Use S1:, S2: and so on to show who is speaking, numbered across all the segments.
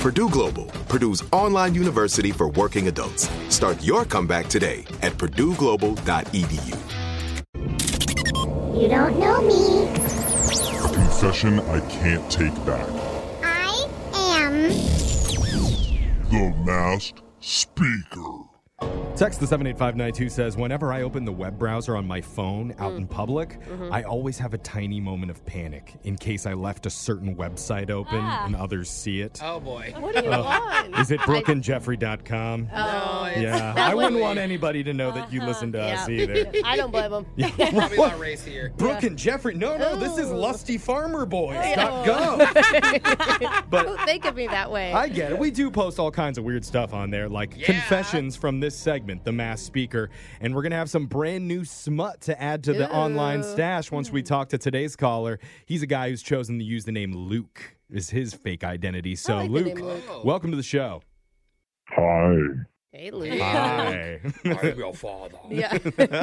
S1: Purdue Global, Purdue's online university for working adults. Start your comeback today at purdueglobal.edu.
S2: You don't know me.
S3: A confession I can't take back.
S2: I am.
S3: The masked speaker.
S4: Text the 78592 says, Whenever I open the web browser on my phone out
S5: Mm.
S4: in public,
S5: Mm-hmm.
S4: I always have a tiny moment of panic in case I left a certain website open and others see it.
S5: Ah. Oh boy.
S6: What do you want?
S4: Is it brookandjeffrey.com?
S5: No, it's
S4: Yeah. I wouldn't want anybody to know that you listen to us either.
S6: I don't blame them.
S5: Uh-huh. probably not race here.
S4: Brooke and Jeffrey. No, no, this
S5: Oh.
S4: is Lusty Farmer Boys. Go. but
S6: Think of me that way.
S4: I get it. We do post all kinds of weird stuff on there, like confessions from this segment, the mass speaker. And we're going to have some brand new smut to add to the online stash once we talk to today's caller. He's a guy who's chosen to use the name Luke, is his fake identity. So,
S6: like the
S4: Luke,
S6: name Luke.
S4: welcome to the show.
S3: Hi.
S6: hey, Luke.
S4: Hi.
S5: I'm your father.
S6: Yeah.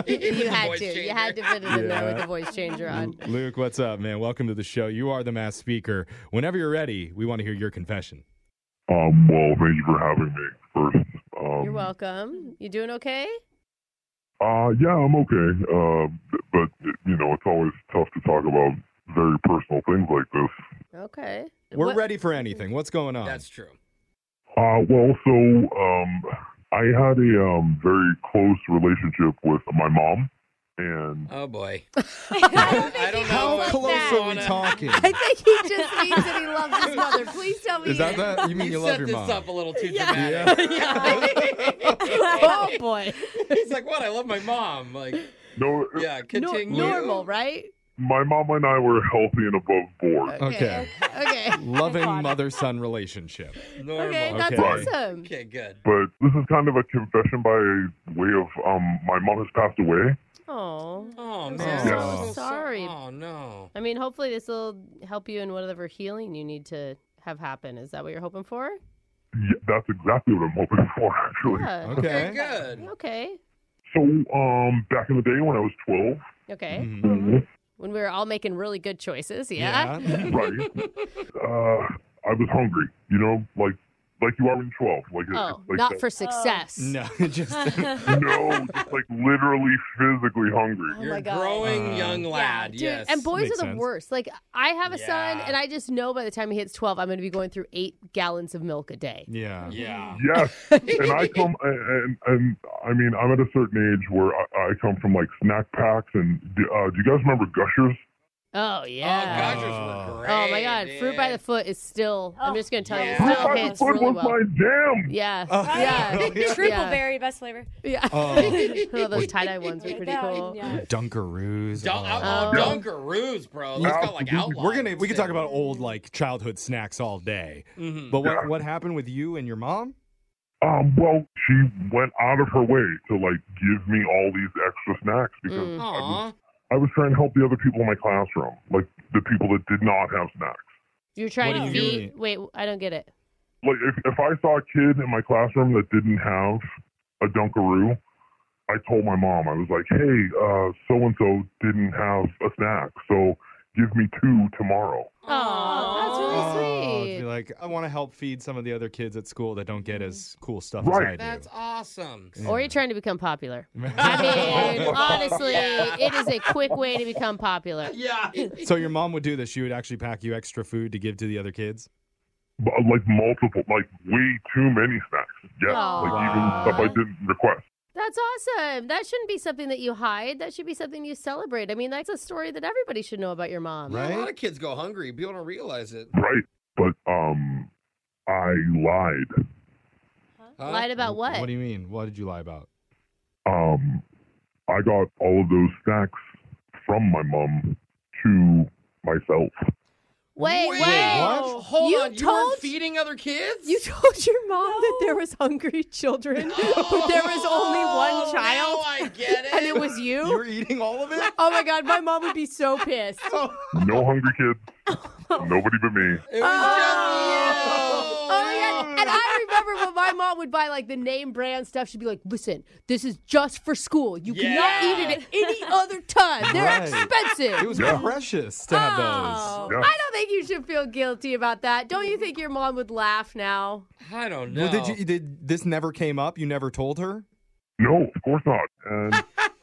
S6: you had
S5: voice
S6: to. You
S5: changer.
S6: had to fit it in there with
S4: Yeah. Mm.
S6: the voice changer on.
S4: Luke, what's up, man? Welcome to the show. You are the mass speaker. Whenever you're ready, we want to hear your confession.
S3: Um, well, thank you for having me first. Um,
S6: You're welcome. You doing okay?
S3: Uh, yeah, I'm okay. Uh, but, you know, it's always tough to talk about very personal things like this.
S6: Okay.
S4: We're
S6: What-
S4: ready for anything. What's going on?
S5: That's true.
S3: Uh, well, so, um, I had a, um, very close relationship with my mom and,
S5: Oh boy.
S6: I
S5: I
S6: know.
S5: don't know
S4: How
S5: if I
S4: close
S5: that.
S4: are we talking?
S6: I think he just means that he loves his mother. Please tell me.
S4: Is that that? You mean you
S5: He
S4: love
S5: set
S4: your
S5: this
S4: mom?
S5: up a little too
S4: Yeah.
S5: dramatic.
S6: oh boy.
S5: He's like, what? I love my mom. Like,
S3: no,
S5: yeah,
S6: No-
S5: continue.
S6: normal, right?
S3: my mom and I were healthy and above board.
S4: Okay.
S6: Okay.
S4: Loving mother son relationship.
S5: Normal.
S6: Okay,
S5: Okay.
S6: that's
S4: Okay.
S6: awesome.
S5: good.
S3: But this is kind of a confession by way of, um, my mom has passed away.
S6: Oh.
S5: Oh,
S6: I'm
S5: man.
S3: so
S5: I'm so
S6: sorry.
S5: Oh, no.
S6: I mean, hopefully this will help you in whatever healing you need to have happen. Is that what you're hoping for?
S3: Yeah, that's exactly what I'm hoping for, actually.
S6: Yeah.
S5: Okay,
S4: Okay.
S5: good.
S6: Okay.
S3: So, um, back in the day when I was 12,
S6: Okay.
S4: Mhm.
S6: When we were all making really good choices, yeah.
S4: Yeah.
S3: right? uh, I was hungry, you know, like like you are when you're 12. Like,
S6: Oh,
S3: like
S6: not
S3: that.
S6: for success.
S4: No, just
S3: No, just like literally physically hungry.
S6: Oh
S5: You're
S6: my
S5: a
S6: God.
S5: growing
S4: Uh,
S5: young lad.
S6: Dude,
S5: yes.
S6: and boys
S4: Makes
S6: are the
S4: sense.
S6: worst. Like I have a son,
S5: Yeah.
S6: and I just know by the time he hits twelve, I'm going to be going through eight gallons of milk a day.
S4: yeah.
S5: Yeah.
S3: Yes, and I come and, and I mean I'm at a certain age where I, I come from like snack packs and uh, do you guys remember Gushers?
S6: Oh
S5: Oh,
S6: yeah.
S5: gudgers
S4: Uh,
S5: were great.
S6: Oh, my God, fruit by the
S5: dude.
S6: foot is still. I'm just gonna tell you,
S5: Yeah.
S6: still
S5: Fruit
S3: Fruit by the
S6: hits
S3: foot
S6: Oh, really
S3: was
S6: well.
S3: my jam.
S6: Yeah.
S4: Oh,
S6: yeah.
S4: really?
S7: Triple
S6: Yeah.
S7: berry, best flavor.
S6: Yeah. Oh, those tie dye ones were
S7: Like
S6: pretty
S7: that one,
S6: cool.
S7: yeah.
S4: Dunkaroos.
S5: Dun-
S6: Oh.
S5: outlaw Dunkaroos, bro. Those got like outlaws.
S4: Uh, We're gonna we could talk
S5: dude.
S4: about old like childhood snacks all day.
S6: Mm.
S5: Mhm.
S4: But what what happened with you and your mom?
S3: Um, well, she went out of her way to like give me all these extra snacks because
S6: Mm.
S3: I, was,
S5: Aw.
S3: I was trying to help the other people in my classroom, like the people that did not have snacks.
S6: You're trying
S4: What
S6: to
S4: do you
S6: feed. Wait,
S4: mean?
S6: I don't get it.
S3: Like if if I saw a kid in my classroom that didn't have a Dunkaroo, I told my mom I was like, "Hey, uh, so and so didn't have a snack, so give me two tomorrow."
S6: Oh, that's
S4: Oh,
S6: really
S4: to be
S6: sweet. Mm.
S4: like, I want to help feed some of the other kids at school that don't get as cool stuff
S3: Right.
S4: as I do.
S5: That's awesome.
S6: Or you're trying to become popular. I mean, honestly, it is a quick way to become popular.
S5: Yeah.
S4: so your mom would do this. She would actually pack you extra food to give to the other kids.
S3: But, like multiple, like way too many snacks. Yes, like even
S6: Aw.
S3: stuff I didn't request.
S6: That's awesome. That shouldn't be something that you hide. That should be something you celebrate. I mean, that's a story that everybody should know about your mom.
S4: Right.
S5: A lot of kids go hungry. People don't realize it.
S3: Right, but um, I lied.
S5: Huh?
S6: Lied about what?
S4: What do you mean? What did you lie about?
S3: Um, I got all of those snacks from my mom to myself.
S6: wait, wait.
S4: what?
S5: Hold
S6: You
S5: on. You
S6: told-
S5: were feeding other kids?
S6: You told your mom that there was hungry children, but there was only
S5: Oh,
S6: one child,
S5: Now I get it.
S6: and it was you.
S4: You were eating all of it.
S6: Oh my god, my mom would be so pissed.
S4: Oh,
S3: No hungry kids. Nobody but me.
S5: It was
S6: Oh my god! And I remember when my mom would buy like the name brand stuff. She'd be like, "Listen, this is just for school. You cannot eat it at any other time. They're
S4: Right.
S6: expensive."
S4: It was
S3: Yeah.
S4: precious to have those.
S6: Oh,
S3: Yeah.
S6: I don't think you should feel guilty about that. Don't you think your mom would laugh now?
S5: just you. I don't know.
S4: Well, did you? Did this never came up? You never told her.
S3: No, of course not. And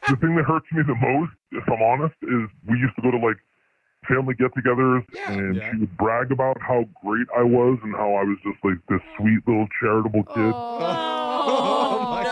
S3: the thing that hurts me the most, if I'm honest, is we used to go to like family get-togethers,
S5: Yeah.
S3: and
S4: Yeah.
S3: she would brag about how great I was and how I was just like this sweet little charitable kid.
S4: Oh, my God.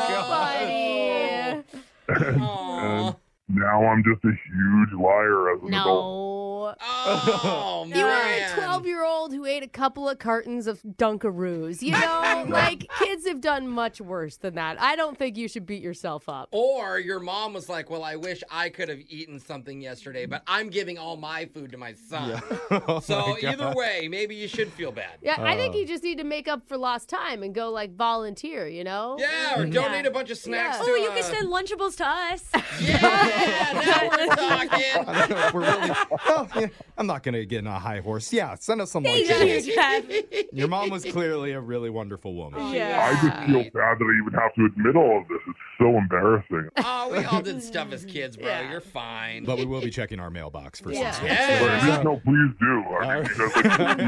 S6: buddy.
S5: Aw.
S3: Now I'm just a huge liar as an adult.
S6: No.
S5: Oh, man.
S6: You were a 12 year old who ate a couple of cartons of Dunkaroos. You know, like kids have done much worse than that. I don't think you should beat yourself up.
S5: Or your mom was like, "Well, I wish I could have eaten something yesterday, but I'm giving all my food to my son."
S4: Oh
S5: So
S4: my
S5: either
S4: God.
S5: way, maybe you should feel bad.
S6: Yeah, I think you just need to make up for lost time and go like volunteer, you know?
S5: Yeah, or donate a bunch of snacks.
S6: Yeah.
S5: to
S7: Oh, you
S5: uh,
S7: can send Lunchables to us.
S5: Yeah, now we're talking.
S4: I don't know if we're really. Well, yeah, I'm not gonna get in a high horse. Yeah, send us some
S7: Thank
S4: lunches.
S7: you, Jeff.
S4: Your mom was clearly a really wonderful woman.
S3: I just feel bad that I even have to admit all of this. It's so embarrassing.
S5: Oh, we all did stuff as kids, bro.
S6: Yeah.
S5: You're fine.
S4: But we will be checking our mailbox for
S6: Yeah.
S4: some snacks.
S3: But
S5: Yeah.
S3: no, please do. I
S4: All
S3: mean,
S4: right.
S3: you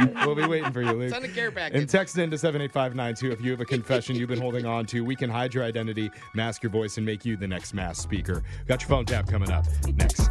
S3: guys, like,
S4: we'll be waiting for you, Luke.
S5: Send a care package.
S4: And text into 78592 if you have a confession you've been holding on to. We can hide your identity, mask your voice, and make you the next mass speaker. Got your phone tap coming up next.